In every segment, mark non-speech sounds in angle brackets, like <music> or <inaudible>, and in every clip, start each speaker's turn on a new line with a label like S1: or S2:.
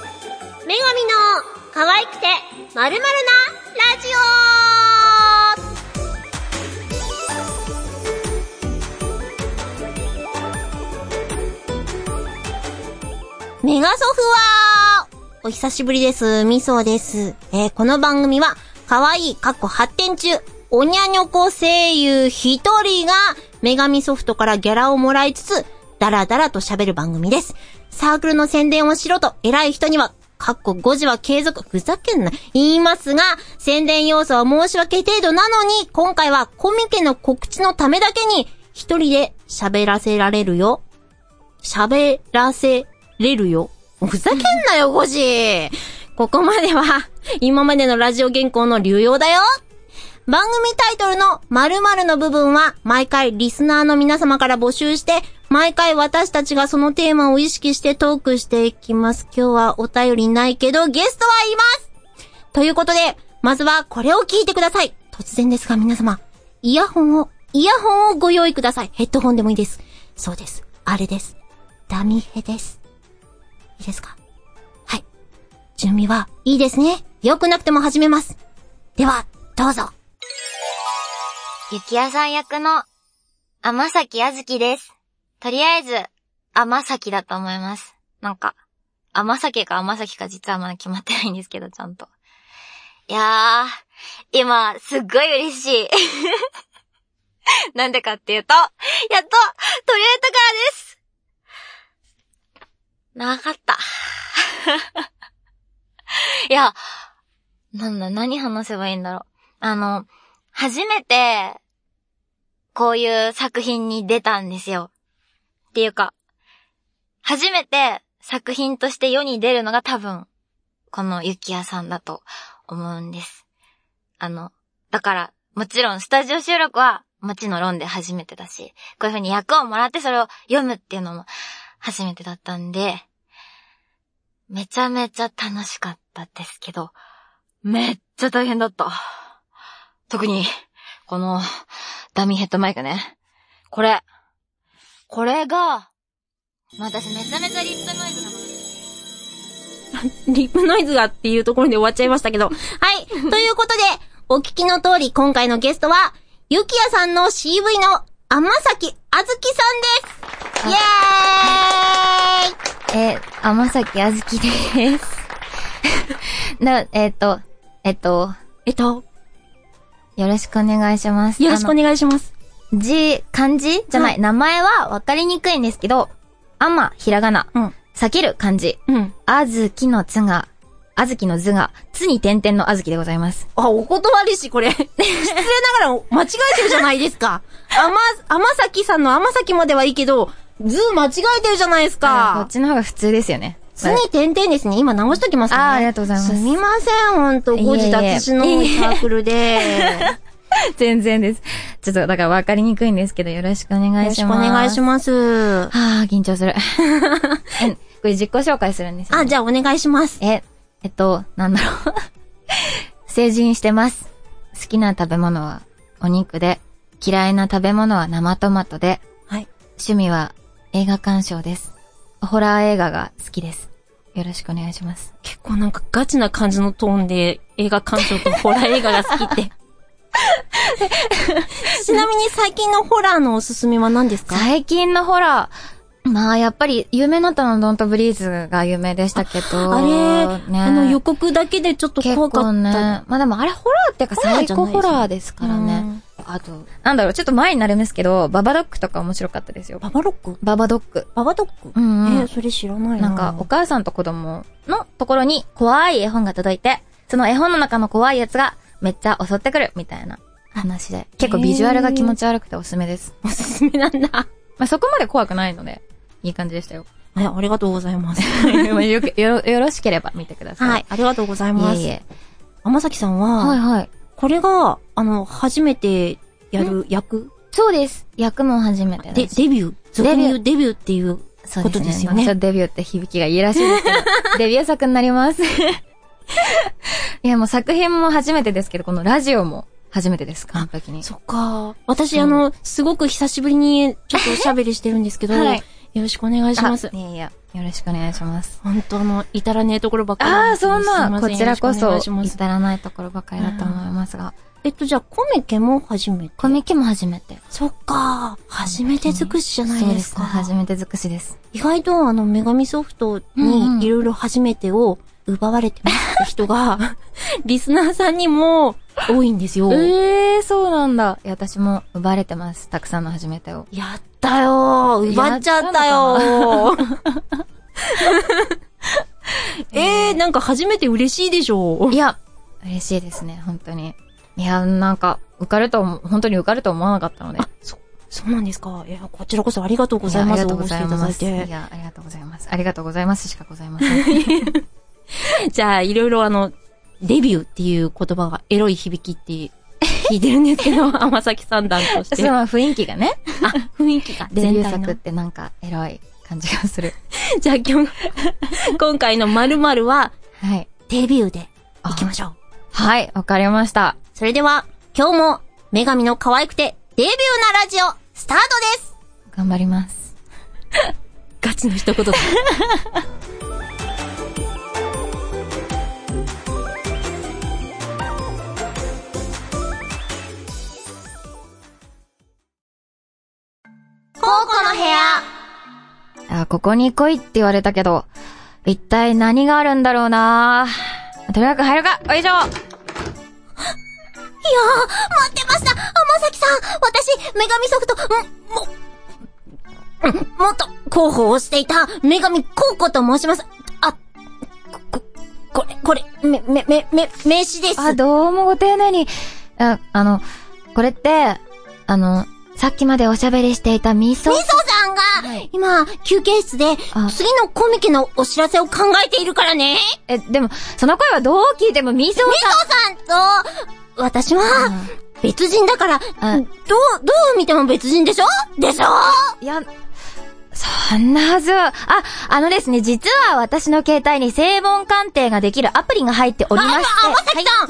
S1: 女神の可愛くてまるまるなラジオメガソフはお久しぶりです。みそうです。えーこの番組は、可愛い過去発展中、おにゃにょこ声優一人が、女神ソフトからギャラをもらいつつ、ダラダラと喋る番組です。サークルの宣伝をしろと、偉い人には、かっこ5時は継続、ふざけんな、言いますが、宣伝要素は申し訳程度なのに、今回はコミケの告知のためだけに、一人で喋らせられるよ。喋らせれるよ。ふざけんなよ、ゴジここまでは、今までのラジオ原稿の流用だよ番組タイトルの〇〇の部分は、毎回リスナーの皆様から募集して、毎回私たちがそのテーマを意識してトークしていきます。今日はお便りないけど、ゲストはいますということで、まずはこれを聞いてください。突然ですが皆様、イヤホンを、イヤホンをご用意ください。ヘッドホンでもいいです。そうです。あれです。ダミヘです。いいですかはい。準備はいいですね。良くなくても始めます。では、どうぞ。
S2: 雪屋さん役の天崎あずきです。とりあえず、天崎だと思います。なんか、天崎か天崎か実はまだ決まってないんですけど、ちゃんと。いやー、今、すっごい嬉しい。 <laughs> なんでかっていうと、やっと、取り入れたからです長かった。 <laughs> いや、なんだ、何話せばいいんだろう。あの、初めて、こういう作品に出たんですよ。っていうか、初めて作品として世に出るのが多分、この雪屋さんだと思うんです。あの、だから、もちろんスタジオ収録は、もちの論で初めてだし、こういう風に役をもらってそれを読むっていうのも初めてだったんで、めちゃめちゃ楽しかったですけど、めっちゃ大変だった。特に、この、ダミーヘッドマイクね。これ。これが、私めちゃめちゃリップノイズだもん。
S1: リップノイズがっていうところで終わっちゃいましたけど。 <laughs> はい。ということで、お聞きの通り、今回のゲストは、ゆきやさんの CV の天崎あずきさんです。イエーイ
S2: え、天崎あずきです。 <laughs> な、えっ、と、えっ、と、
S1: えっと、
S2: よろしくお願いします。
S1: よろしくお願いします。
S2: あの字、漢字じゃない、
S1: は
S2: 名前はわかりにくいんですけど、あま、ひらがな、
S1: うん。
S2: 避ける漢字、
S1: うん。
S2: あずきのつが、あずきの図が、つに点々のあずきでございます。
S1: あ、お断りし、これ。 <laughs> 失礼ながら間違えてるじゃないですか。あま、天崎さんの天崎まではいいけど、ずー間違えてるじゃないです
S2: あこっ
S1: か。
S2: ちの方が普通ですよね。
S1: つに点々ですね。今直しときますね。
S2: あーありがとうございます
S1: すみません、ほんと。
S2: いえいえ
S1: 誤字脱字の多いサークルで。
S2: <laughs> 全然です。ちょっと、だから分かりにくいんですけど、よろしく <laughs> お願
S1: よろ
S2: い
S1: し
S2: し
S1: くお
S2: ます。
S1: 願いし
S2: ま
S1: ます。
S2: す。はぁ、緊張する。 <laughs> えこれ自己紹介するんですよ、
S1: あ、じゃあお願いします。
S2: え、えっと、なんだろう。 <laughs> 成人してます。好きな食べ物はお肉で、嫌いな食べ物は生トマトで、
S1: はい。
S2: 趣味は映画鑑賞です。ホラー映画が好きです。よろしくお願いします。
S1: 結構なんかガチな感じのトーンで映画鑑賞とホラー映画が好き
S2: <laughs>
S1: って。ちなみに最近のホラーのおすすめは何ですか
S2: 最近のホラー、まあやっぱり有名になったのはドントブリーズが有名でしたけど、
S1: あれ、
S2: ね
S1: あの予告だけでちょっと怖かった。
S2: ね。まあでもあれホラーっていうか
S1: ホラー
S2: サイ
S1: じゃな
S2: コ
S1: いです
S2: ホラーですからね。あと、なんだろう、ちょっと前になるんですけど、ババドックとか面白かったですよ
S1: うん。ババロック
S2: ババドック。
S1: ババドック、
S2: うん
S1: え
S2: う
S1: ー
S2: ん。
S1: それ知らないな。
S2: なんか、お母さんと子供のところに怖い絵本が届いて、その絵本の中の怖いやつがめっちゃ襲ってくるみたいな話で。結構ビジュアルが気持ち悪くておすすめです。
S1: おすすめなんだ。
S2: <laughs> まあそこまで怖くないので、いい感じでした <laughs> よ。
S1: え、ありがとうござい
S2: <laughs>
S1: ます。
S2: よくよろよろしければ見てください。
S1: はい、ありがとうございます。
S2: いえいえ。
S1: 天崎さんは、
S2: はいはい。
S1: これが、あの、初めてやる役
S2: そうです。役も初めてだし
S1: で、デビュー。俗に言うデビューっていう。
S2: そう
S1: ことですよね
S2: ちょっとデビューって響きがいいらしいですけ
S1: <laughs>
S2: ど、デビュー作になります。 <laughs> いや、もう作品も初めてですけど、このラジオも初めてです、完璧に。
S1: そっか。私、あの、すごく久しぶりにちょっとおしゃべりしてるんですけど、
S2: はい
S1: よろしくお願いします。
S2: いやいや、よろしくお願いします。
S1: 本当の、至らねえところばっかり
S2: ああ、
S1: ですけど
S2: そん
S1: すい
S2: な、
S1: ませ
S2: こちらこ
S1: よろし
S2: そ、
S1: くお願いします
S2: 至らないところばかりだと思いますが、
S1: えっと、じゃあ、コミケも初めて。
S2: コミケも初めて。
S1: そっか。初めて尽くしじゃないですか。
S2: そうですね初めて尽くしです。
S1: 意外と、あの、女神ソフト
S2: うんうん
S1: にいろいろ初めてを奪われてますって人
S2: <laughs>
S1: が、リスナーさんにも多いんですよ。
S2: ええー、そうなんだ。いや、私も奪われてます。たくさんの初めてを。
S1: やったよー奪っちゃったよー <laughs> えー、なんか初めて嬉しいでしょ
S2: いや、嬉しいですね、本当に。いや、なんか、受かると思、本当に受かると思わなかったので。
S1: あ、そ、そうなんですか。いや、こちらこそありがとうござい
S2: や
S1: ま
S2: あり
S1: す。
S2: がとう
S1: 応
S2: ご
S1: 募し
S2: ざ
S1: て
S2: い
S1: いただ
S2: ま
S1: い
S2: す。い
S1: て。
S2: や、ありがとうございます。ありがとうございますしかございません。
S1: <laughs> じゃあ、いろいろあの、デビューっていう言葉がエロい響きって聞いてるんですけ
S2: <laughs>
S1: ど、天崎三段とし
S2: そ
S1: て。
S2: の雰囲気がね、 <laughs>
S1: 雰囲気が
S2: デビュ
S1: 全
S2: ー
S1: 体
S2: 作
S1: の。
S2: ってなんか、エロい感じがする。
S1: じゃあ今日、 <laughs> 今回の〇〇は
S2: はい。
S1: デビューで
S2: あ
S1: いきましょう。
S2: はい、わかりました。
S1: それでは、今日も女神の可愛くてデビューなラジオ、スタートです
S2: 頑張ります。
S1: ガチの一言だ。高校の部屋。
S2: あ、ここに来いって言われたけど、一体何があるんだろうなとにかく入るかおいし
S1: い
S2: ょ
S1: やー、待ってました天崎さん私、女神ソフト、ん、も、んもっと、広報をしていた、女神コウコと申します。あ、こ、ここれ、これ、め、め、め、め、名刺です。
S2: <laughs> あ、どうもご丁寧に。あ、あの、これって、あの、さっきまでおしゃべりしていたミソ。
S1: みそさんが、
S2: はい
S1: 今、休憩室で
S2: あ、
S1: 次のコミケのお知らせを考えているからね。
S2: え、でも、その声はどう聞いてもミソ
S1: みそさんと、私は、別人だから、
S2: あ
S1: どう、どう見ても別人でしょでしょ
S2: いや、そんなはずは。あ、あのですね、実は私の携帯に声紋鑑定ができるアプリが入っておりまして。
S1: あ、まさきさん、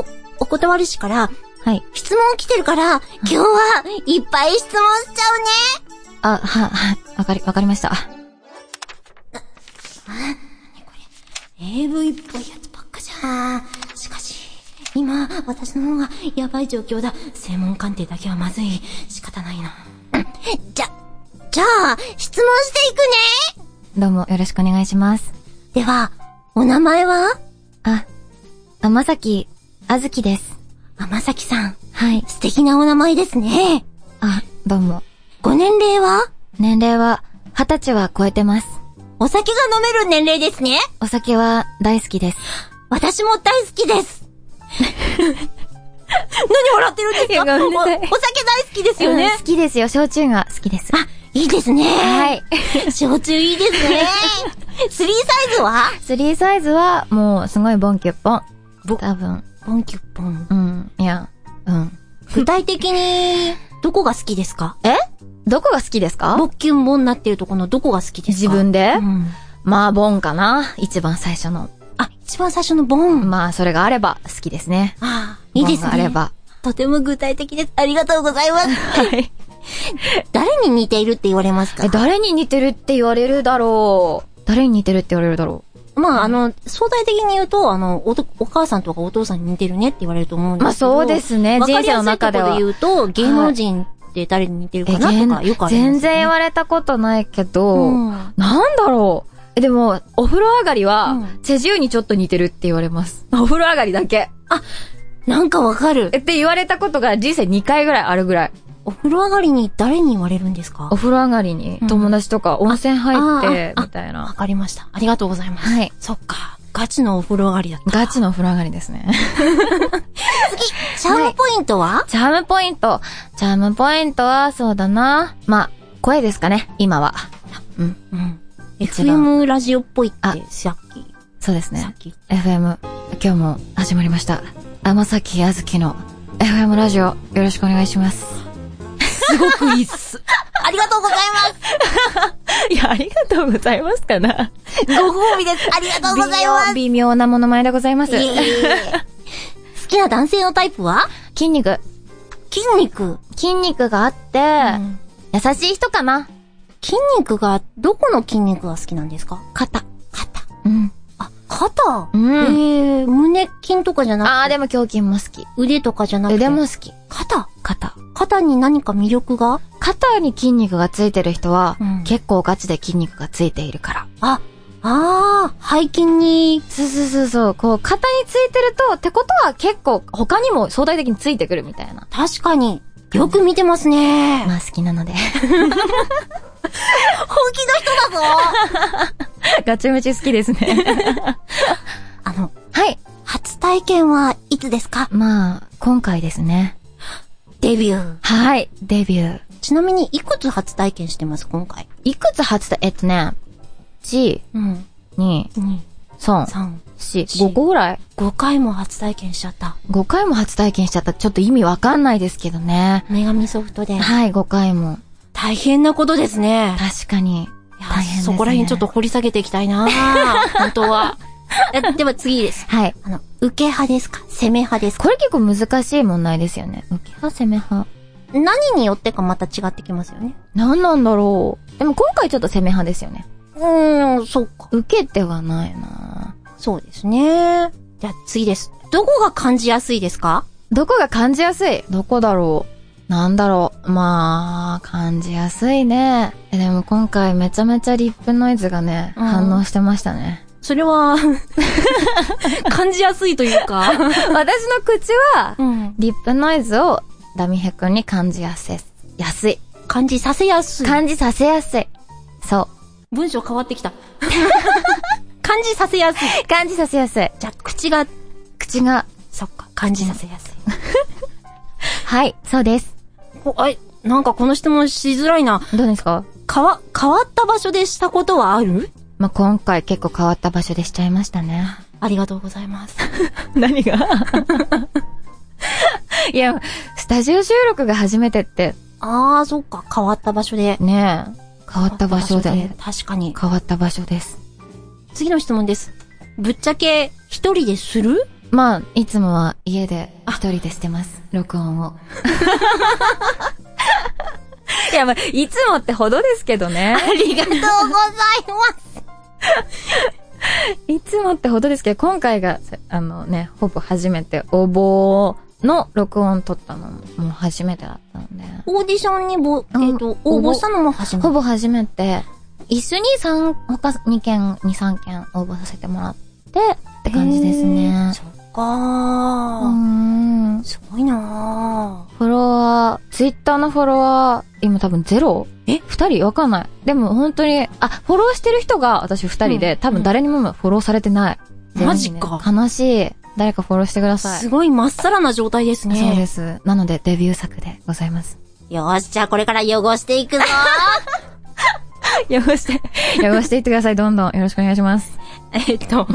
S1: お、お断りしから、
S2: はい。
S1: 質問来てるから、今日はいっぱい質問しちゃうね。
S2: あ、は、は、わかり、わかりました。
S1: AV っぽいやつばっかじゃん。しかし、今、私の方がやばい状況だ。専門鑑定だけはまずい。仕方ないな。うんじゃ、じゃあ、質問していくね
S2: どうもよろしくお願いします。
S1: では、お名前は
S2: あ、あまさき、あずきです。
S1: 天崎さん。
S2: はい。
S1: 素敵なお名前ですね。
S2: あ、どうも。
S1: ご年齢は
S2: 年齢は、二十歳は超えてます。
S1: お酒が飲める年齢ですね。
S2: お酒は大好きです。
S1: 私も大好き <laughs> です。何笑ってるんですか
S2: いやごめんなさい
S1: おお酒大好きですよね
S2: うん。好きですよ。焼酎が好きです。
S1: あ、いいですね。
S2: はい。
S1: 焼酎いいです
S2: <laughs>
S1: ね。スリーサイズは
S2: スリーサイズは、もう、すごいボンキュッポン。
S1: ぼ
S2: 多分、
S1: ポンキュッポン。
S2: うん、いや、うん。
S1: 具体的に、どこが好きですか
S2: えどこが好きですか
S1: ボッキュンボンになってるとこのどこが好きです
S2: 自
S1: か
S2: 分で、
S1: うん。
S2: まあ、ボンかな。一番最初の。
S1: あ、一番最初のボン。
S2: まあ、それがあれば好きですね。
S1: あいいですね。
S2: ボンがあれ。ば。
S1: とても具体的です。ありがとうござい
S2: <laughs>
S1: ます。
S2: はい。
S1: 誰に似ているって言われますか
S2: え、誰に似てるって言われるだろう。誰に似てるって言われるだろ
S1: まあ、あの、相対的に言うと、あの、おと、お母さんとかお父さんに似てるねって言われると思うん
S2: う。ま
S1: で
S2: あ
S1: すけど。
S2: そうですね。
S1: わか
S2: 人
S1: りやす
S2: 生の
S1: いとこ
S2: 中で
S1: ろ
S2: は
S1: で。言うと、芸能人って誰に似てるかなとか、よくあります、ね。
S2: 全然言われたことないけど、
S1: うん
S2: なんだろう。え、でも、お風呂上がりは、
S1: うん
S2: チェジュにちょっと似てるって言われます。お風呂上がりだけ。
S1: なんかわかる
S2: え。って言われたことが人生2回ぐらいあるぐらい。
S1: お風呂上がりに誰に言われるんですか
S2: お風呂上がりに
S1: うん
S2: 友達とか温泉入って、
S1: あああ
S2: みたい
S1: わ
S2: な。
S1: かりました。ありがとうございます。
S2: はい。
S1: そっか。ガチのお風呂上がりだった。
S2: ガチのお風呂上がりですね。 <laughs>
S1: チャームポイントは、
S2: チャームポイント。チャームポイントは、そうだな。まあ、声ですかね、今は。うん。
S1: うん。
S2: 一番
S1: FM ラジオっぽいっ
S2: あ
S1: て、さっき、
S2: そうです
S1: さ
S2: ね
S1: っ。き。
S2: FM、今日も始まりました。天崎あずきの FM ラジオ、よろしくお願いします。
S1: すごくいいっす。ありがとうございます。
S2: <laughs> いや、ありがとうございますかな。
S1: ご褒美です。ありがとうございます。
S2: 微妙微妙なものまねでございます。
S1: いえいえいえ <laughs> 好きな男性のタイプは
S2: 筋肉。
S1: 筋肉。
S2: 筋肉があって、優しい人かな。
S1: 筋肉が、どこの筋肉が好きなんですか肩。肩。
S2: うん。
S1: あ、肩
S2: う
S1: え
S2: ん。
S1: ー、胸筋とかじゃな
S2: ああ、でも胸筋も好き。
S1: く、腕とかじゃなくて。
S2: 腕も好き。
S1: 肩
S2: 肩。
S1: 肩に何か魅力が
S2: 肩に筋肉がついてる人は、
S1: うん
S2: 結構ガチで筋肉がついているから。
S1: あ、あー、背筋に、
S2: そうそうそうそう。こう、肩についてると、ってことは結構他にも相対的についてくるみたいな。
S1: 確かに、よく見てますね。
S2: まあ好きなので。 <laughs>
S1: 本気の人だぞ
S2: ガチムチ好きですね。
S1: <laughs> あの、
S2: <laughs> はい。
S1: 初体験はいつですか
S2: まあ、今回ですね。
S1: デビュー。
S2: はい。デビュー。
S1: ちなみに、いくつ初体験してます、今回。
S2: いくつ初だえっとね、1、
S1: うん。
S2: 2、
S1: 2、
S2: 3、
S1: 3、
S2: 4、5個ぐらい
S1: 5回も初体験しちゃった。
S2: ?5 回も初体験しちゃった。ちょっと意味わかんないですけどね。
S1: 女神ソフトで。
S2: はい、5回も。
S1: 大変なことですね。
S2: 確か
S1: い
S2: に。
S1: や
S2: 大変です
S1: そ
S2: ね
S1: こら辺ちょっと掘り下げていきたい <laughs> な本当は。えでは次です。
S2: はい。
S1: あの、受け派ですか攻め派ですか
S2: これ結構難しい問題ですよね。受け派、攻め派。
S1: 何によってかまた違ってきますよね。
S2: 何なんだろう。でも今回ちょっと攻め派ですよね。
S1: うーん、そうか。
S2: 受けてはないな
S1: そうですね。じゃあ次です。どこが感じやすいですか
S2: どこが感じやすいどこだろうなんだろうまあ、感じやすいね。えでも今回めちゃめちゃリップノイズがね、
S1: うん
S2: 反応してましたね。
S1: それ <laughs> は、感じやすいというか。
S2: <laughs> 私の口は、
S1: うん。
S2: リップノイズをダミヘ君に感じやすい。やすい。
S1: 感じさせやすい。
S2: 感じさせやすい。そ
S1: 文章変わってきた。 <laughs> 感じさせやすい。
S2: う。感じさせやすい。
S1: じゃあ口が、
S2: 口が、
S1: そっか、感じさせやすい。
S2: はい、そうです。
S1: お、あい、なんかこの質問しづらいな。
S2: どうですか
S1: 変わ、変わった場所でしたことはある
S2: まあ、今回結構変わった場所でしちゃいましたね。
S1: ありがとうございます。
S2: <laughs> 何が <laughs> いや、スタジオ収録が初めてって、
S1: あー、そっか、変わった場所で。
S2: ねえ、変わった場所で、
S1: 変わった場所確かに。
S2: 変わった場所です。
S1: 次の質問です。ぶっちゃけ、一人でする
S2: まあ、いつもは家で一人でしてます。録音を。 <laughs> いや、まあ、いつもってほどですけどね。
S1: ありがとうございます。
S2: <laughs> いつもってほどですけど、今回が、あのね、ほぼ初めて、応募の録音撮ったのも、もう初めてだったんで。
S1: オーディションにぼ、
S2: うん
S1: えっ、と、応募したのも初めて
S2: ほ。ぼ初めて、一緒に三、他2件、2、3件応募させてもらって、って感じです
S1: へ
S2: ね
S1: ー。そっか
S2: う
S1: ー。
S2: ん。
S1: すごいな
S2: フォロワー、ツイッターのフォロワー、今多分ゼロ
S1: え
S2: 二人わかんない。でも本当に、あ、フォローしてる人が私二人で、
S1: うん
S2: 多分誰にもフォローされてない。
S1: マジか
S2: 全然悲しい。誰かフォローしてくだ
S1: ー。
S2: さい。
S1: すごいまっさらな状態ですね。
S2: そうです。なのでデビュー作でござ
S1: <laughs>
S2: います。
S1: よーし、じゃあこれから汚していくぞー。
S2: <laughs> 汚して、汚していってください。どんどんよろしくお願いします。
S1: えっ
S2: <laughs>
S1: と、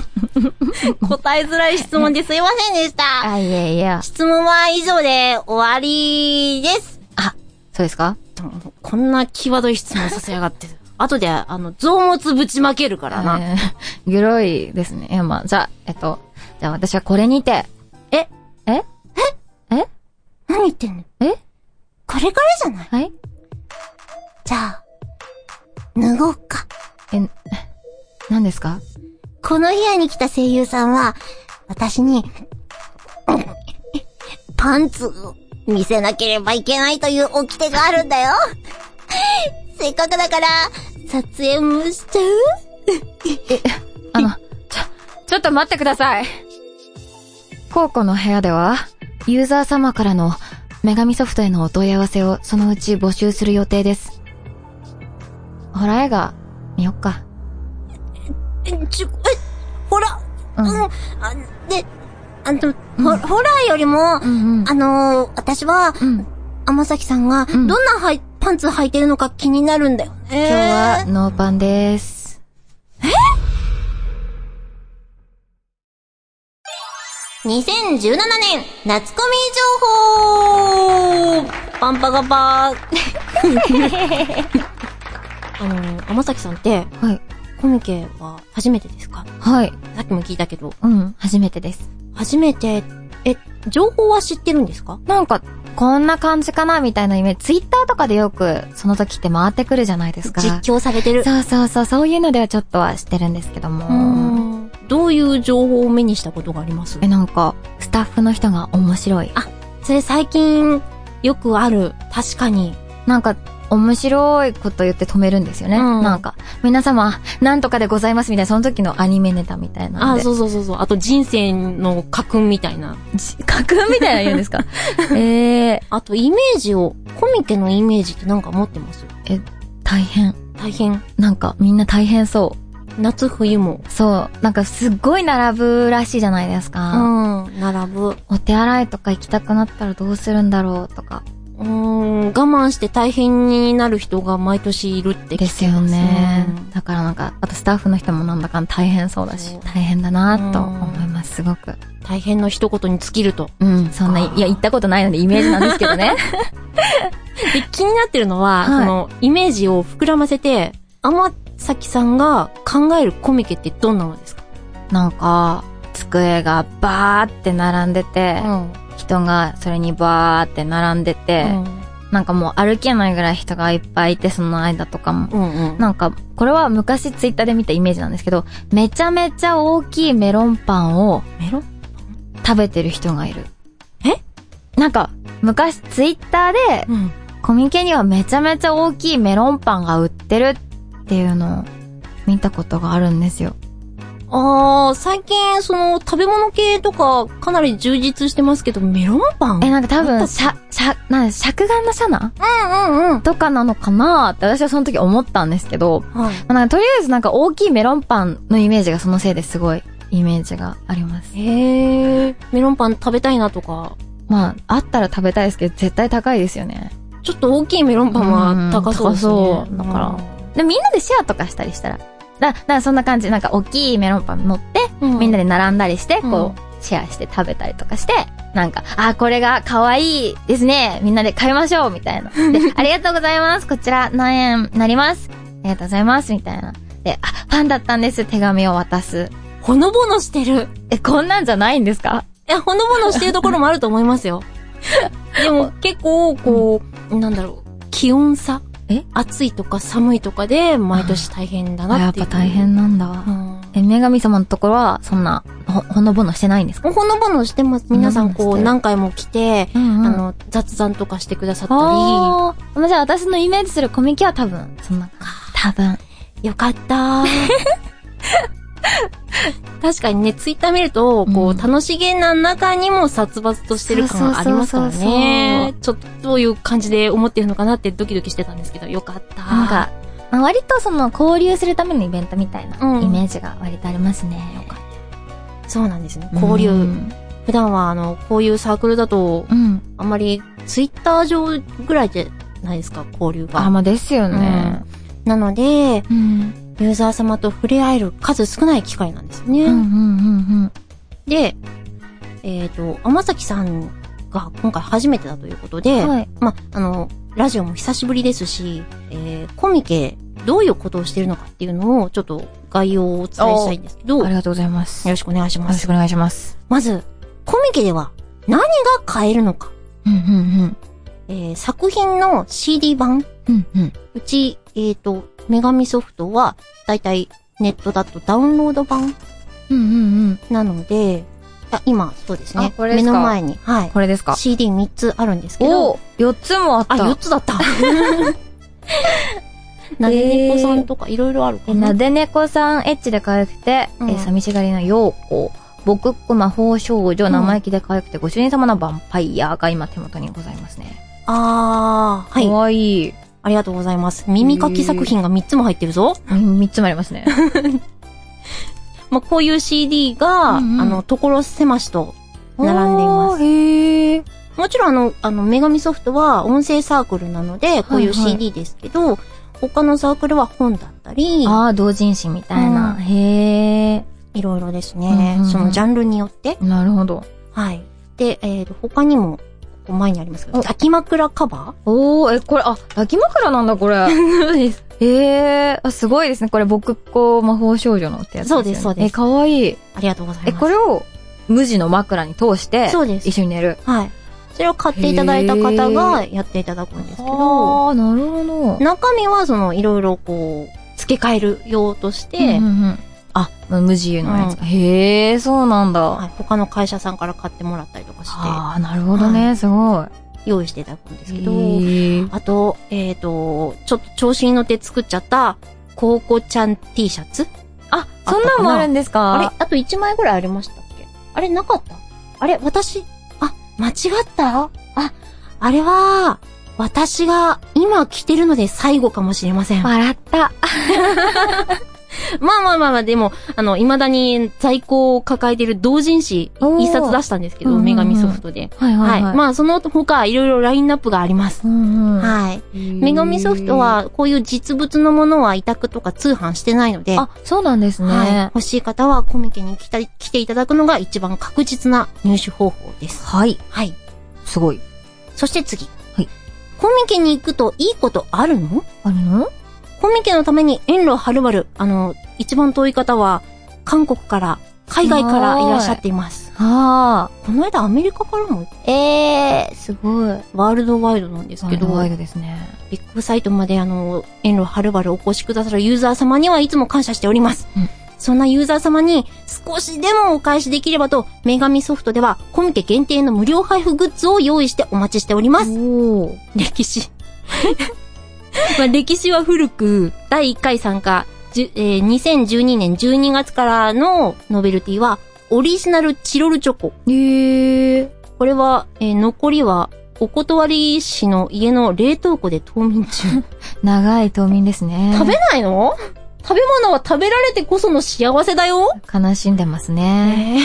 S1: 答えづらい質問ですいませんでした。
S2: あ、いえいえ。
S1: 質問は以上で終わりです。
S2: そうですか
S1: こんな際どい質問させやがって。後で、あの、臓物ぶちまけるからな。
S2: えーグロいですね。いや、まあ、じゃあ、えっと、じゃあ私はこれにて。
S1: え
S2: ええ
S1: 何言ってんの
S2: え
S1: これからじゃない
S2: はい
S1: じゃあ、脱ごうか。
S2: え、何ですか
S1: この部屋に来た声優さんは、私に、 <coughs> パンツを見せなければいけないという掟があるんだよ。せっかくだから、撮影もしちゃう
S2: あの、 <laughs> ちょ、ちょっと待ってください。高校の部屋では、ユーザー様からの女神ソフトへのお問い合わせをそのうち募集する予定です。ホラー映画、見よっか。
S1: え、ちょ、え、ほら、
S2: う。
S1: うんん、あ、で、あの、
S2: うん
S1: ほ、ホラーよりも、
S2: うんうん
S1: あのー私は、
S2: うん。
S1: 天崎さんが、ど
S2: ん
S1: んなはい、パンツ履いてるのか気になるんだよね。
S2: 今日は、ノーパンです。
S1: 2017年、夏コミ情報パンパガパー。 <laughs> あの、天崎さんって、
S2: はい。
S1: コミケは初めてですか
S2: はい。
S1: さっきも聞いたけど、
S2: うん。初めてです。
S1: 初めて、え、情報は知ってるんですか
S2: なんか、こんな感じかなみたいなイメージ、ツイッターとかでよく、その時って回ってくるじゃないですか。
S1: 実況されてる。
S2: そうそうそう、そういうのではちょっとはしてるんですけど
S1: う
S2: も。
S1: ん。どういう情報を目にしたことがあります
S2: え、なんか、スタッフの人が面白い。
S1: それ最近、よくある。確かに。
S2: なんか、面白いこと言って止めるんですよね。
S1: うん
S2: なんか、皆様、なんとかでございますみたいな、その時のアニメネタみたいなん
S1: あ、
S2: で。
S1: そうそうそうそう。あと人生の家訓みたいな。
S2: じ架空みたいなの
S1: <laughs>
S2: 言うんですかえー、
S1: あとイメージを、コミケのイメージってなんか持ってます
S2: 大変。
S1: 大変。
S2: なんか、みんな大変そ
S1: 夏冬も。
S2: う。そう。なんか、すっごい並ぶらしいじゃないです
S1: う
S2: か。
S1: ん。並ぶ。う
S2: お手洗いとか行きたくなったらどうするんだろうとか。
S1: ーん。我慢して大変になる人が毎年いるって聞き
S2: で
S1: ます
S2: よね。だからなんか、あとスタッフの人もなんだかんだ大変そうだ
S1: そ
S2: し
S1: う、
S2: 大変だなと思います、すごく。
S1: 大変の一言に尽きると。 <laughs>
S2: うん、そんな、いや、行ったことないのでイメージなんですけど <laughs> ね。
S1: で、気になってるのは、
S2: はい
S1: その、イメージを膨らませて、天崎さんが考えるコミケってどんなのですか
S2: なんか、机がバーって並んでて、
S1: ん。
S2: 人がそれにバーって並んでて、なんかもう歩けないぐらい人がいっぱいいて、その間とかも。
S1: うんうん。
S2: なんか、これは昔ツイッターで見たイメージなんですけど、めちゃめちゃ大きいメロンパンを
S1: メロン
S2: 食べてる人がいる。
S1: え
S2: なんか、昔ツイッターで、
S1: うん。
S2: コミケにはめちゃめちゃ大きいメロンパンが売ってるっていうのを見たことがあるんですよ。
S1: あー、最近、その、食べ物系とか、かなり充実してますけど、メロンパン
S2: え、なんか多
S1: あった
S2: 分、
S1: っけ
S2: しゃ、しゃ、なんで尺眼のシャナ
S1: うんうんうん。
S2: とかなのかなって私はその時思ったんですけど、
S1: はい。
S2: まあなんかとりあえずなんか大きいメロンパンのイメージがそのせいですごいイメージがあります。
S1: へー、メロンパン食べたいなとか、
S2: まあ、あったら食べたいですけど、絶対高いですよね。
S1: ちょっと大きいメロンパンは高そうですね。
S2: うん高そうだからで、みんなでシェアとかしたりしたら。だ、だからそんな感じ、なんか大きいメロンパン持って、
S1: うん、
S2: みんな
S1: で。
S2: で並んだりして、
S1: うん
S2: こう、シェアして食べたりとかして、なんか、あー、これが可愛いですね。みんなで買いましょうみた <laughs> いな。で、ありがとうございます。こちら何円なります。ありがとうございます。みたいな。で、あ、パンだったんです。手紙を渡す。
S1: ほのぼのしてる。
S2: え、こんなんじゃないんですか
S1: いや、ほのぼのしてるところもあると思います
S2: <laughs>
S1: よ。でも結構、こう、なんだろう、気温差
S2: え
S1: 暑いとか寒いとかで、毎年大変だ
S2: あや
S1: なっ
S2: って
S1: いう。
S2: ぱ大。変なんだわ
S1: う。ん。
S2: え、女神様のところは、そんな、ほ、ほのぼのしてないんですか
S1: ほのぼのしてます。皆さん
S2: ほの
S1: こ
S2: ぼの
S1: う
S2: してる
S1: 何回も来て、
S2: うん
S1: あ
S2: あの、
S1: の、雑談とかしてくださった
S2: あーまあじゃあ私のイメージするコミケは多分、そんな、多分。
S1: り、よか <laughs> ったー。確かにね、ツイッター見ると、こ
S2: う
S1: う、
S2: ん
S1: 楽しげな中にも殺伐としてる感がありますからね。ちょっとどういう感じで思ってるのかなってドキドキしてたんですけど、よかった。
S2: なんか、まあ割とその交流するためのイベントみたいな
S1: うん
S2: イメージが割とありますね。
S1: そうなんですね。交流。
S2: うん。
S1: 普段は、あの、こういうサークルだと、
S2: うん
S1: あんまり、ツイッター上ぐらいじゃないですか、交流
S2: あ、
S1: が。
S2: まあですよね。
S1: なので、
S2: うん。
S1: ユーザー様と触れ合える数少ない機会なんですよね。
S2: うんうんうん
S1: で、えっ、と、天崎さんが今回初めてだということで、
S2: うん。はい。
S1: ま、あの、ラジオも久しぶりですし、えー、コミケ、どういうことをしているのかっていうのを、ちょっと概要をお伝えしたいんですけど、
S2: あ
S1: よ
S2: りがとうございます。よ
S1: ろしくお願いしま
S2: ろ
S1: す
S2: し。くお願いします。
S1: まず、コミケでは何が買えるのか。
S2: うんうん
S1: えー作品の CD 版、
S2: うん。うんうん。
S1: うち、えっ、と、女神ソフトは、だいたいネットだとダウンロード版
S2: うんうんうん。
S1: なので、あ、今、そうです
S2: あ
S1: ね。
S2: これです
S1: 目
S2: か
S1: の前に、はい。
S2: これですか
S1: CD3 つあるんですけど、
S2: お四つもあっ
S1: あ、4
S2: た。
S1: つだ
S2: <laughs>
S1: った。なで猫さんとかいろいろある
S2: え
S1: かな。
S2: なで猫さんエッチで可愛くて、
S1: うん
S2: えー寂しがりの陽子、僕っ子魔法少女、
S1: ん
S2: 生意気で可愛くて、ご主人様のヴァンパイアが今手元にございますね。
S1: あー、はい。
S2: 可愛い。
S1: ありがとうございます。耳かき作品が3つも入ってるぞ。
S2: み三つもありますね。
S1: まあ、こういう CD が、
S2: うんうん
S1: あの、所狭しと並んでいます
S2: おーへー
S1: もちろんあの、あの、女神ソフトは音声サークルなので、こういう
S2: はいはい
S1: CD ですけど、他のサークルは本だったり、
S2: ああ、同人誌みたいな。
S1: うん
S2: へえ。
S1: いろいろですね、
S2: うんうんうん
S1: そのジャンルによって。
S2: なるほど。
S1: はい。で、えっ、と、他にも、ここ前にありますけど、
S2: お
S1: 抱き枕カバ
S2: おー、え、これ、あ、抱き枕なんだ、これ。
S1: ーそうです。
S2: へえ、あ、すごいですね。これ、僕っ子魔法少女のってやつ
S1: そ
S2: よね
S1: うですそうです
S2: え、かわいい。
S1: ありがとうございます。
S2: え、これを、無地の枕に通して、
S1: そうです
S2: 一緒に寝る。
S1: はい。そそれを買っていただいた方がやっていただくんですけど、
S2: ああ、なるほど。
S1: 中身はその、いろいろこう、付け替える用として、
S2: うんうんうんあ、無自由のやつか。へえ、そうなん
S1: はい
S2: だ。
S1: 他の会社さんから買ってもらったりとかして、
S2: ああ、なるほどね、すごい。
S1: 用意していただくんですけど、
S2: へえ
S1: あと、えっ、と、ちょっと調子に乗って作っちゃった、コーコちゃん T シャツ
S2: あ、そんなんもあるんです
S1: あれ
S2: か
S1: あと1枚ぐらいありましたっけあれなかったあれ私、あ、間違ったあ、あれは、私が今着てるので最後かもしれません。まあ
S2: 笑った。
S1: まあまあまあ、でも、あの、未だに在庫を抱えてる同人誌、
S2: おー
S1: 一冊出したんですけど、
S2: うんうんうん
S1: 女神ソフトで。
S2: はい
S1: はい。
S2: ま
S1: まあ、その他、いろいろラインナップがあります。
S2: うんうん。
S1: はい。女
S2: 女
S1: 神ソフト、は、こういう実物のものは委託とか通販してないので、
S2: あ、そうなんです
S1: はい、
S2: ね。
S1: 欲しい方はコミケに来た来ていただくのが一番確実な入手方法です。
S2: はい。
S1: はい。
S2: すごい。
S1: そして次。
S2: はい。
S1: コミケに行くといいことあるの
S2: あるの
S1: コミケのために遠路はるばる、あの、一番遠い方は、韓国から、海外からいらっしゃっています。
S2: ああ。
S1: この間アメリカからも、
S2: ええ、すごい。
S1: ワールドワイドなんです
S2: ワ
S1: け
S2: イ
S1: ど
S2: ド、ワイドですね。
S1: ビッグサイトまであの、遠路はるばるお越しくださるユーザー様にはいつも感謝しております。
S2: うん
S1: そんなユーザー様に少しでもお返しできればと、女神ソフトではコミケ限定の無料配布グッズを用意してお待ちしております。
S2: おー
S1: 歴史。 <laughs> まあ、歴史は古く、第1回参加、じゅえー2012年12月からのノベルティは、オリジナルチロルチョコ。
S2: ええ。
S1: これは、えー残りは、お断り師の家の冷凍庫で冬眠中。
S2: 長い冬眠ですね。
S1: 食べないの食べ物は食べられてこその幸せだよ。
S2: 悲しんでますね。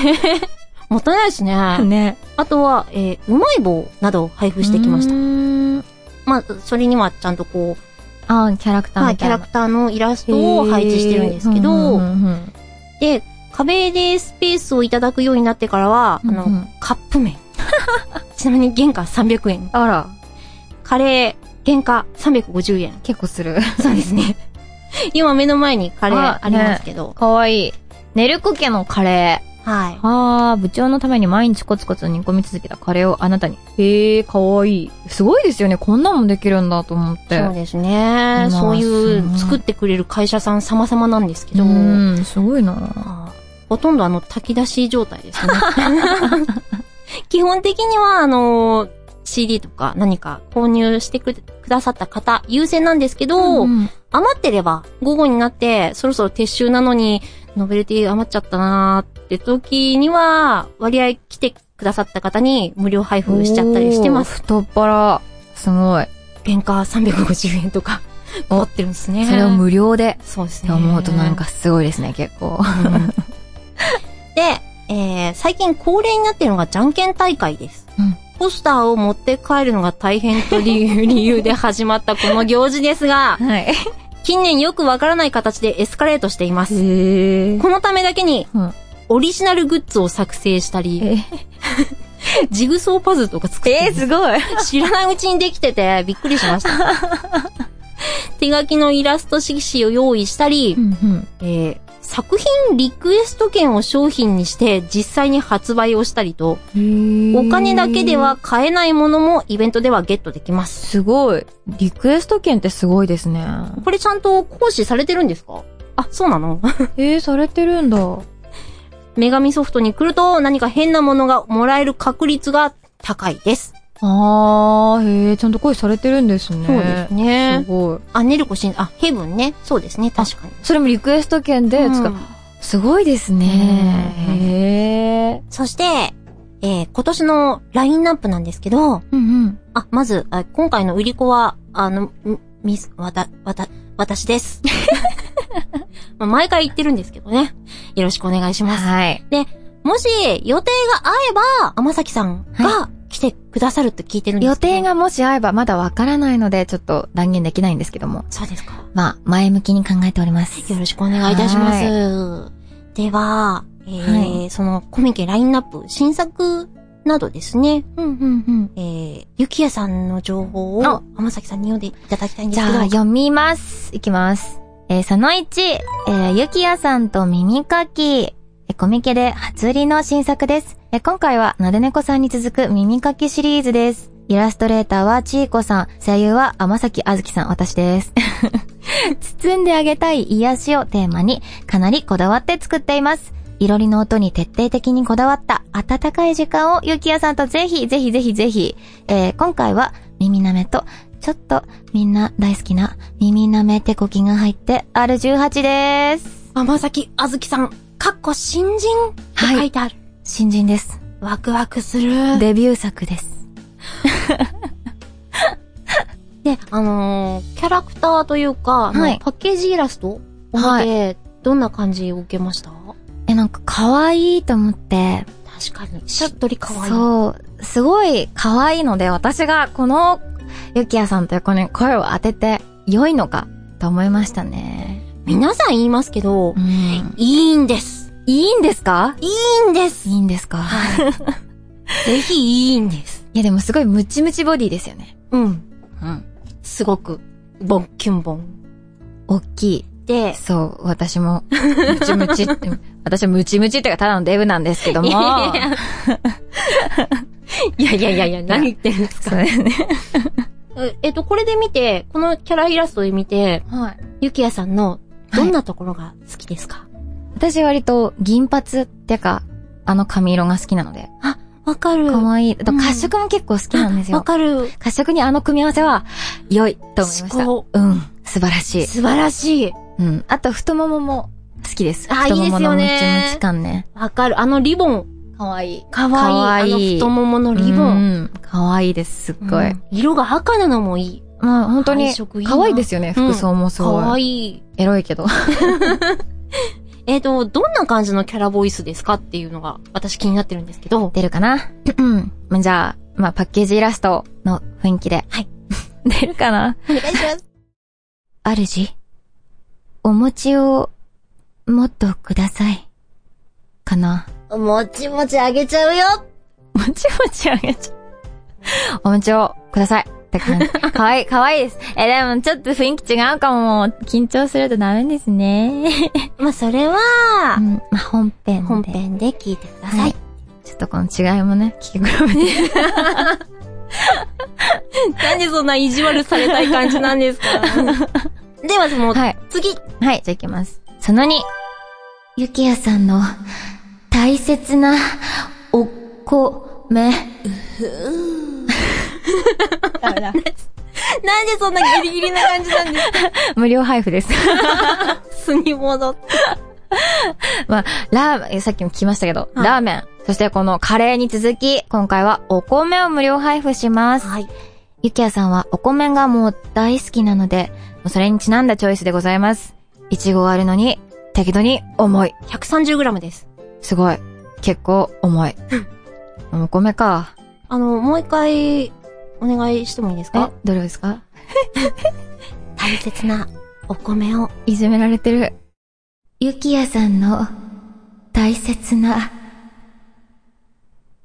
S1: もったいないですね。あ
S2: ね。
S1: とは、えーうまい棒などを配布してきました。
S2: た。
S1: まあ、それにはちゃんとこ
S2: あーキャラク
S1: う、
S2: ター
S1: は
S2: み
S1: い、キ
S2: たい
S1: ャ
S2: な。
S1: ラクターのイラストを配置してるんですけ
S2: へーうん
S1: ど、
S2: うんうん
S1: で、壁でスペースをいただくようになってからは、あ
S2: うんう
S1: の、
S2: ん
S1: カップ麺。 <laughs> ちなみに原価300円。
S2: あら、
S1: カレー、原価350円。
S2: 結構する。
S1: そうですね。今目の前にカレーありますけど。
S2: <laughs> かわいい。ネルコ家のカレー。
S1: はい。
S2: あー、部長のために毎日コツコツ煮込み続けたカレーをあなたに。へー、かわいい。すごいですよね。こんなもんできるんだと思って。
S1: そうですね。
S2: あ
S1: そういう
S2: そう
S1: 作ってくれる会社さん様々なんですけど、
S2: うん、すごいな
S1: あほとんどあの炊き出し状態
S2: <laughs>
S1: ですね。基本的にはあの、CD とか何か購入してくくださった方優先なんですけど、
S2: うん
S1: 余ってれば午後になってそろそろ撤収なのにノベルティ余っちゃったなーって時には割合来てくださった方に無料配布しちゃったりしてます。
S2: おー太っ腹。すごい。
S1: 原価350円とか持ってるんですね。
S2: それを無料で。
S1: そうですね。
S2: って思うとなんかすごいですね、結構。
S1: で、えー最近恒例になってるのがじゃんけん大会です。
S2: うん
S1: ポスターを持って帰るのが大変という理由で始まったこの行事ですが、
S2: はい。
S1: 近年よくわからない形でエスカレートしています。
S2: へえ。
S1: このためだけに
S2: うん、
S1: オリジナルグッズを作成したり、
S2: え、
S1: ジグソーパズルとか作って
S2: え
S1: る
S2: すごい。
S1: 知らないうちにできててびっくりしました。
S2: <laughs>
S1: 手書きのイラスト色紙を用意したり、えー作品リクエスト券を商品にして実際に発売をしたりと、お
S2: お
S1: 金だけでは、買えないものもイベントではゲットできます。
S2: すごい。リクエスト券ってすごいですね。
S1: これちゃんと行使されてるんですかあ、そうなの <laughs>
S2: えー、されてるんだ。
S1: 女神ソフトに来ると何か変なものがもらえる確率が高いです。
S2: あー、へえ、ちゃんと声されてるんですね。す
S1: ね。
S2: ごい。
S1: あ、ネルコしん、あ、ヘブンね。そうですね、確かに。
S2: それもリクエスト券で使う。
S1: うん
S2: すごいですね。
S1: うん
S2: へえ。
S1: そして、えー今年のラインナップなんですけど、
S2: うんうん。
S1: あ、まず、あ今回の売り子は、あの、みミス、わた、わた、私
S2: <laughs>
S1: です。まあ毎回言ってるんですけどね。よろしくお願いします。
S2: はい。
S1: もし、予定が合えば、天崎さんが来てくださると聞いてるんで
S2: 予
S1: すけど
S2: 定。がもし合えばまだわからないので、ちょっと断言できないんですけども。
S1: そうですか。
S2: まあ、前向きに考えております。
S1: よろしくお願いいたします。では、えーそのコミケラインナップ、新作などですね、
S2: うんうんうん。
S1: えー、ゆきやさんの情報を
S2: あ
S1: 天崎さんに読んでいただきたいんで
S2: じ
S1: すけ
S2: ゃ
S1: ど。
S2: あ、読みます。いきます。えーその1、えーゆきやさんと耳かき、えーコミケで初売りの新作です。ええ今回は、なで猫さんに続く耳かきシリーズです。イラストレーターはちいこさん、声優は天崎あずきさん、私です。 <laughs> 包んであげたい癒しをテーマに、かなりこだわって作っています。いろりの音に徹底的にこだわった温かい時間をゆきやさんとぜひぜひぜひぜひ、えー今回は耳なめと、ちょっとみんな大好きな耳なめ手こきが入って R18 です。
S1: 天崎あずきさん、かっこ新人って書いてある。
S2: 新人です。
S1: ワクワクする。で、
S2: デビュー作です。
S1: あのー、キャラクターというか、
S2: はい
S1: あのパッケージイラストを見て、どんな感じを受けました
S2: え、なんか可愛いと思って、
S1: 確かに。しっとり可愛い。
S2: そう、すごい可愛いので、私がこのゆきやさんという子に声を当てて良いのかと思いましたね。
S1: 皆さん言いますけど、
S2: うん。
S1: いいんです。
S2: いいんですか
S1: いいんです。
S2: いいんですか
S1: <laughs> ぜひいいんです。
S2: いやでもすごいムチムチボディですよね。
S1: うん。
S2: うん。
S1: すごく、ボン、キュンボン。
S2: 大きい。
S1: で、
S2: そう、私も、ムチムチって、 <laughs> 私はムチムチっていうかただのデブなんですけども。
S1: いやいやいやいやいやいや、何言ってるんです
S2: そ
S1: か
S2: うですね。
S1: ええっと、これで見て、このキャライラストで見て、
S2: はい。
S1: ゆきやさんのどんなところが好きですか
S2: 私割と銀髪っていうか、あの髪色が好きなので。
S1: わ、かる。
S2: 可愛い。あと
S1: うん
S2: 褐色も結構好きなんです
S1: わ
S2: よ。
S1: かる。
S2: 褐色にあの組み合わせは、良いと思いました。
S1: 思考
S2: うん。素晴らしい。
S1: 素晴らしい。
S2: うん。あと太ももも好きです。
S1: あ
S2: 太ももの
S1: いい
S2: ム
S1: です
S2: チ
S1: よね
S2: ムチ感ね。
S1: わかる。あのリボン。
S2: 可愛い。
S1: か
S2: 可
S1: わいい。
S2: 愛い
S1: あの太もものリボ
S2: う
S1: ン。
S2: ん。可愛いです。すっご
S1: う
S2: い。
S1: ん色が赤なのもいい。
S2: まあ本当に
S1: 配、色な
S2: 可愛いですよね。
S1: うん
S2: 服装もす
S1: かわ
S2: ごい。
S1: いい。
S2: エロいけど。
S1: えっ、と、どんな感じのキャラボイスですかっていうのが私気になってるんですけど。
S2: 出る
S1: <laughs>
S2: かなうん。じゃあ、まあ、パッケージイラストの雰囲気で。
S1: はい。
S2: <laughs> 出るかな
S1: お願いします。
S2: 主、お餅を、もっとください。かな。
S1: もちもちあげちゃうよ。
S2: もちもちあげちゃう。お餅をください。って感 <laughs> じ。かわいい、かわいいです。え、でもちょっと雰囲気違うかも。緊張するとダメですね。
S1: まあ、それ
S2: う
S1: は、
S2: ん。まあ、本編で。
S1: 本編で聞いてください。
S2: はい。ちょっとこの違いもね、聞き比べて。 <laughs>
S1: なんでそんな意地悪されたい感じなんですか <laughs> では、その、
S2: はい。
S1: 次。
S2: はい、じゃあ行きます。その2。ゆきやさんの大切なお米。
S1: なんでそんなギリギリな感じなんですか
S2: 無料配布です。
S1: <laughs>
S2: <laughs>
S1: 素に戻って。
S2: まあ、ラーメンえ、さっきも聞きましたけど、
S1: はい
S2: ラーメン。そしてこのカレーに続き、今回はお米を無料配布します。
S1: はい。
S2: ゆきやさんはお米がもう大好きなので、もうそれにちなんだチョイスでございます。いちごあるのに、適度に重い。
S1: 130g です。
S2: すごい。結構重い。お米か。
S1: あの、もう一回、お願いしてもいいです
S2: え
S1: か、
S2: どれですか
S1: 大切なお米を。
S2: いじめられてる。ゆきやさんの大切な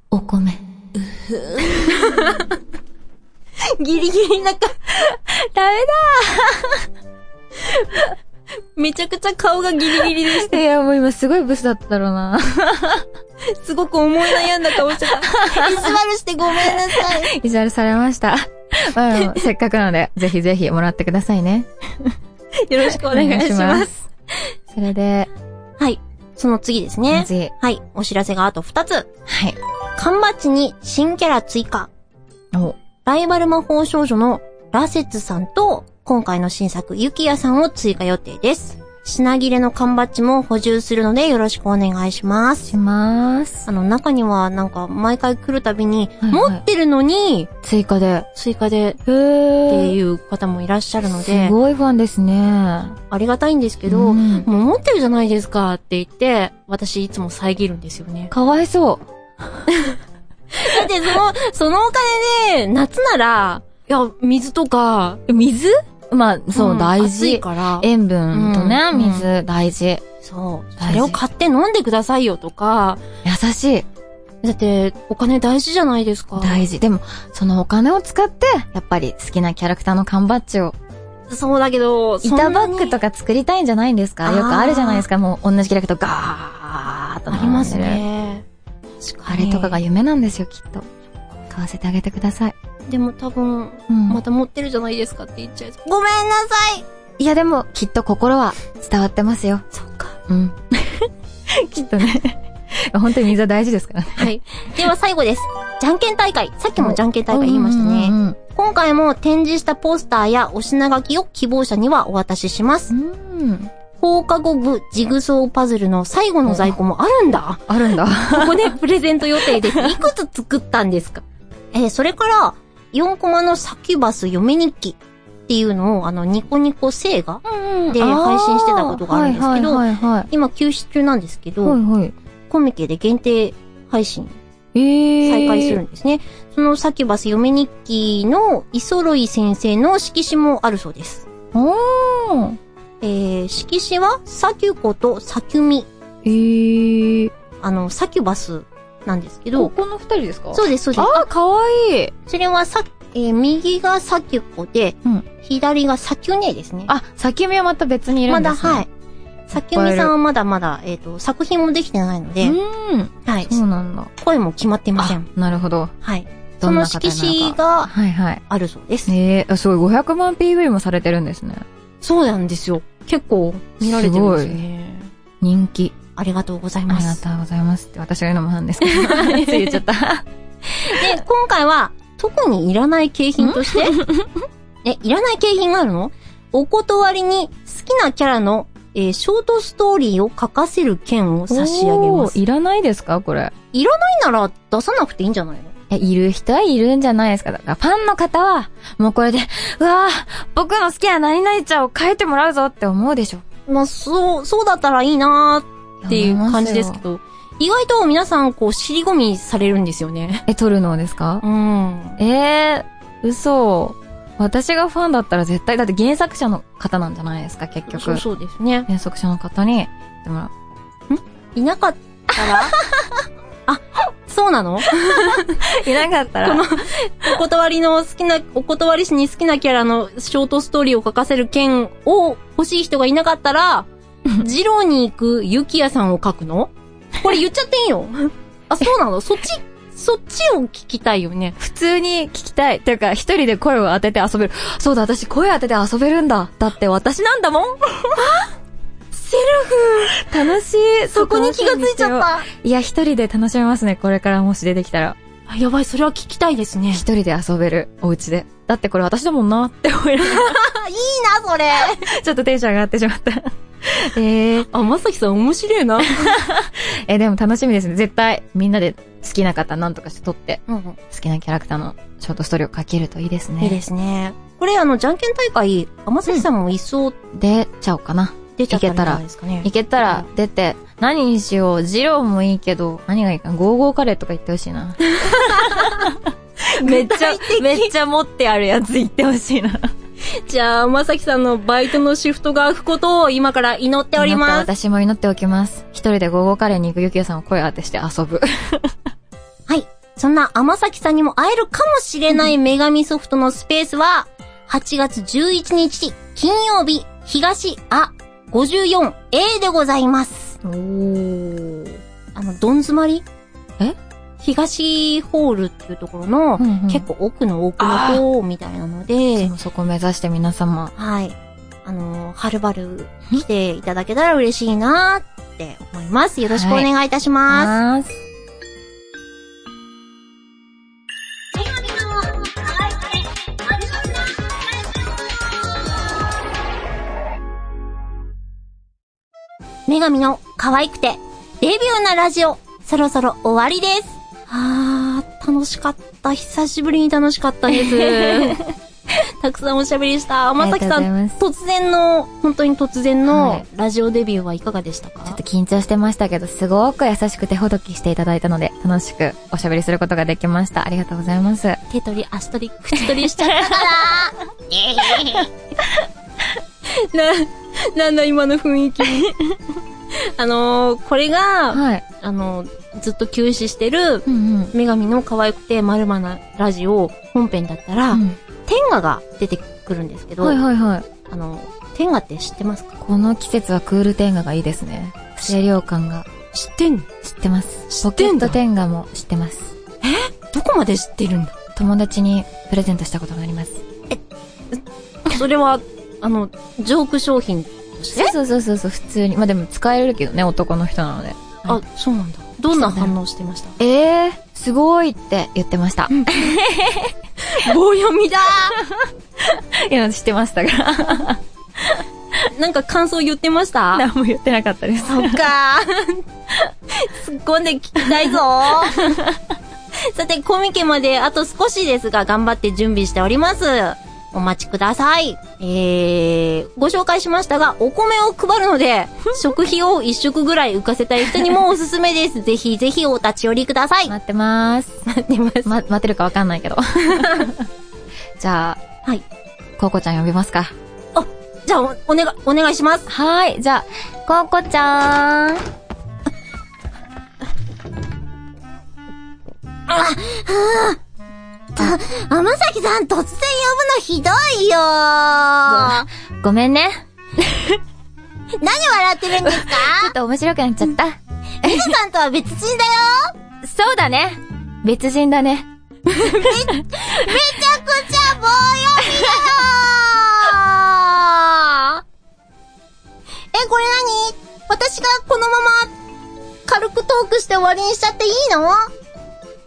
S2: お米。
S1: <laughs> ギリギリな感
S2: ダメ
S1: めちゃくちゃ顔がギリギリです。
S2: だいや、もう今すごいブスだっただろう <laughs> な。
S1: すごく思い悩んだ顔してた。 <laughs> 意地悪してごめんなさい。
S2: イジャルされま <laughs> した。まああの、せっかくなので、ぜひぜひもらってくださいね。
S1: <laughs> よろしくお願いします。
S2: お願いしそれで、
S1: <laughs> はい。その次ですね。
S2: 次。
S1: はい。お知らせがあと2つ。
S2: はい。
S1: 缶バッチに新キャラ追加。
S2: お、
S1: ライバル魔法少女のラセツさんと、今回の新作、ユキヤさんを追加予定です。品切れの缶バッジも補充するのでよろしくお願いします。
S2: します。
S1: あの、中にはなんか、毎回来るたびに、
S2: はいはい
S1: 持ってるのに、
S2: 追加で。
S1: 追加で、
S2: へ
S1: って
S2: ー。
S1: いう方もいらっしゃるの
S2: す
S1: で、
S2: ごいファンですね。
S1: ありがたいんですけ
S2: う
S1: ど、も
S2: ん
S1: う持ってるじゃないですかって言って、私いつも遮るんですよね。
S2: <laughs> かわいそう。
S1: だってその、そのお金で、夏なら、いや、水とか、
S2: 水まあ、そう、
S1: ん
S2: 大
S1: 暑
S2: 事
S1: い。から、
S2: 塩分とね、
S1: うん
S2: 水、大事。
S1: そう。
S2: 大事
S1: それを買って飲んでくださいよとか、
S2: 優しい。
S1: だって、お金大事じゃないですか。
S2: 大事。でも、そのお金を使って、やっぱり好きなキャラクターの缶バッジを、
S1: そうだけど、
S2: 板バッグ
S1: か。
S2: とか作りたいんじゃないんですか
S1: あー
S2: よくあるじゃないですか。もう同じキャラクターガーッと
S1: あ
S2: 並んで
S1: り
S2: る
S1: ます。ね。確
S2: あれとかが夢なんですよ、きっと。買わせてあげてください。
S1: でも多分、
S2: うん。
S1: また持ってるじゃないですかって言っちゃいそう。ごめんなさい
S2: いやでも、きっと心は伝わってますよ。
S1: そっか。
S2: うん。きっとね。本当に水は大事ですからね。
S1: はい。では最後です。じゃんけん大会。さっきもじゃんけん大会言いましたね。
S2: うん
S1: 今回も展示したポスターやお品書きを希望者にはお渡しします
S2: う。んうん。うん
S1: 放課後部ジグソーパズルの最後の在庫もあるんだ。
S2: あるんだ。
S1: <laughs> ここでプレゼント予定です。 <laughs> いくつ作ったんですかえーそれから、4コマのサキュバス嫁日記っていうのを、あの、ニコニコ映画で配信してたことがあるんですけど
S2: はいはいはい
S1: 今休止中なんですけど、
S2: はい。はいはい。
S1: コミケで限定配信
S2: えー。
S1: 再開するんですね。そのサキュバス嫁日記のイソロイ先生の色紙もあるそうです。
S2: おー。
S1: えー、色紙はサキュコとサキュミ、
S2: えー。
S1: あの、サキュバスなんですけ
S2: こ
S1: ど、
S2: この二人ですか
S1: そうです、そうです。
S2: あー、かわいい。
S1: それはさ、えー右がサキュコで、
S2: うん
S1: 左がサキュネですね。
S2: あ、先見はまた別にいる
S1: ま
S2: んで
S1: だ、
S2: すね。
S1: はい。サキュミさんはまだまだ、えっ、と、作品もできてないので、
S2: うん。
S1: はい。
S2: そうなんだ。
S1: 声も決まってませ
S2: あ
S1: ん。、
S2: なるほど。
S1: はい。そ
S2: どん
S1: の
S2: な方
S1: 色
S2: なの
S1: 紙
S2: か
S1: が
S2: はいはい。
S1: あるそうです。
S2: えー、あすごい、500万 PV もされてるんですね。
S1: そうなんですよ。結構見られてるんですよね。
S2: 人気。
S1: ありがとうござい
S2: あ
S1: ま
S2: りが
S1: す。
S2: とうございますって私が言うのもなんですけ
S1: <laughs>
S2: ど。つい言っちゃった。
S1: で、今回は、特にいらない景品として、 <laughs> え、いらない景品があるのお断りに好きなキャラの、えーショートストーリーを書かせる券を差し上げます
S2: <laughs> おー。いらないですかこれ。
S1: ないなら出さなくていいんじゃないの
S2: え、いる人はいるんじゃないですかだからファンの方は、もうこれで、うわぁ、僕の好きな何々ちゃんを書いてもらうぞって思うでしょ。
S1: まあ、そう、そうだったらいいなーっていう感じですけ
S2: ど。
S1: ど、意外と皆さん、こう、尻込みされるんですよね。
S2: え、撮るのですか
S1: うん。
S2: えー、嘘。私がファンだったら絶対、だって原作者の方なんじゃないですか、結局。
S1: そうそうですね。
S2: 原作者の方に、でも、
S1: いなかったら <laughs> あ、そうなの <laughs>
S2: いなかったら、
S1: お断りの好きな、お断りしに好きなキャラのショートストーリーを書かせる件を欲しい人がいなかった <laughs> ら、ジローに行くユキヤさんを書くのこれ言っちゃっていい <laughs> よ。あ、そうなのそっち、そっちを聞きたいよね。
S2: 普通に聞きたい。というか、一人で声を当てて遊べる。そうだ、私声当てて遊べるんだ。だって私なんだもん。セルフ楽しい。。
S1: そこに気がついちゃったた。
S2: いや、一人で楽しめますね。これからもし出てきたら。
S1: あやばい、それは聞きたいですね。
S2: 一人で遊べる。お家で。だってこれ私だもんなって思いなが
S1: な、それ。
S2: らちょっとテンション上がってしまった。えー、
S1: あ、まさきさん面白いな。
S2: えー、でも楽しみですね。絶対、みんなで好きな方なんとかして撮って、
S1: うん。
S2: 好きなキャラクターのショートストーリーを書けるといいですね。
S1: いいですね。これ、あの、じゃんけん大会、天崎さんも一層
S2: 出ちゃおうかな。
S1: 出ちゃったんじゃないですかね。
S2: いけたら出て、何にしよう。ジローもいいけど、何がいいかな。ゴーゴーカレーとか言ってほしいな。めっちゃ、めっちゃ持ってあるやつ言ってほしいな。
S1: じゃあ、天崎さんのバイトのシフトが空くことを今から祈っており
S2: 祈っ
S1: ま
S2: て
S1: す。
S2: 私も祈っておきます。一人でゴーゴーカレーに行くゆきやさんを声当てして遊ぶ。
S1: そんな天崎さんにも会えるかもしれない女神ソフトのスペースは、8月11日、金曜日、東あ 54A でございます。
S2: おー。
S1: あの、どん詰まり
S2: え
S1: 東ホールっていうところの、結構奥の奥の方みたいなの
S2: で
S1: で、
S2: もそこ目指して皆様。
S1: はい。あのー、はるばる来ていただけたら嬉しいなって思います。よろしくお願いいたします。
S2: ます。
S1: 女神の可愛くて、デビューなラジオ、そろそろ終わりです。あー、楽しかった。久しぶりに楽しかったです。 <laughs> たくさんおしゃべりした。天崎さ
S2: ありが
S1: ん、
S2: とうございます
S1: 突然の、本当に突然
S2: は
S1: の
S2: い
S1: ラジオデビューはいかがでしたか、
S2: ちょっと緊張してましたけど、すごく優しく手ほどきしていただいたので、楽しくおしゃべりすることができました。ありがとうございます。あ
S1: 手取り、足取り、口取り <laughs> しちゃったから。な、なんだ今の雰囲気。あのーこれが、
S2: はい。
S1: あのーずっと休止してる、
S2: うんうん。
S1: 女神の可愛くて丸まなラジオ本編だったら、天下が出てくるんですけど、
S2: はいはいはい。
S1: あの、天下って知ってますか
S2: この季節はクールテンガがいいですね。清涼感が。
S3: 知ってんの
S2: 知ってます。
S3: 知
S2: ポ
S3: って
S2: ケ
S3: ん
S2: ッ
S3: だ
S2: ト天下も知ってます。
S3: どこまで知ってるんだ
S2: 友達にプレゼントしたことがあります。
S1: それは、あの、ジョーク商品として
S2: そうそうそうそうそう、普通に。まあ、でも使えるけどね、男の人なので。
S1: あ、そうなんだ。どんな反応してました
S2: ええー、すごいって言ってました。 <laughs>
S1: 棒読みだ
S2: いや、知ってましたから。
S1: ーなんか感想言ってました
S2: 何も言ってなかったです。
S1: そっかー。突っ込んで聞きたい <laughs> ぞー。さて、コミケまであと少しですが、頑張って準備しております。お待ちください。えー、ご紹介しましたが、お米を配るので、食費を一食ぐらい浮かせたい人にもおすすめ <laughs> です。ぜひぜひお立ち寄りください。
S2: 待ってまーす。
S1: 待ってます。
S2: ま、待てるかわかんないけ <laughs> ど。じゃあ、
S1: はい。
S2: コウコちゃん呼びますか。
S1: じゃあ、お、お願い、お願いします。
S2: はーい、じゃあ、コウコちゃーん。
S1: 天崎さん突然呼ぶのひどいよ何
S2: ごめんね。
S1: 笑ってるんですか
S2: ちょっと面白くなっちゃった。
S1: ミズさんとは別人だよ
S2: そうだね。別人だね。
S1: めちゃくちゃ棒読みだよ <laughs> え、これ何私がこのまま軽くトークして終わりにしちゃっていいの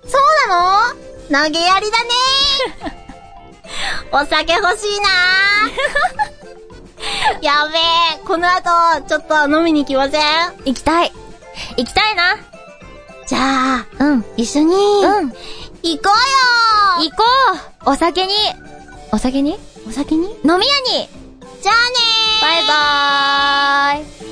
S1: そうなの投げやりだね <laughs> お酒欲しいな <laughs> やべえ、この後、ちょっと飲みに行きません
S4: 行きたい。行きたいな。
S1: じゃあ、
S4: うん。
S1: 一緒に、
S4: うん。
S1: 行こうよ
S4: 行こうお酒に
S2: お酒に
S1: お酒に
S4: 飲み屋に
S1: じゃあ
S4: バイ
S1: ねー
S4: バーイ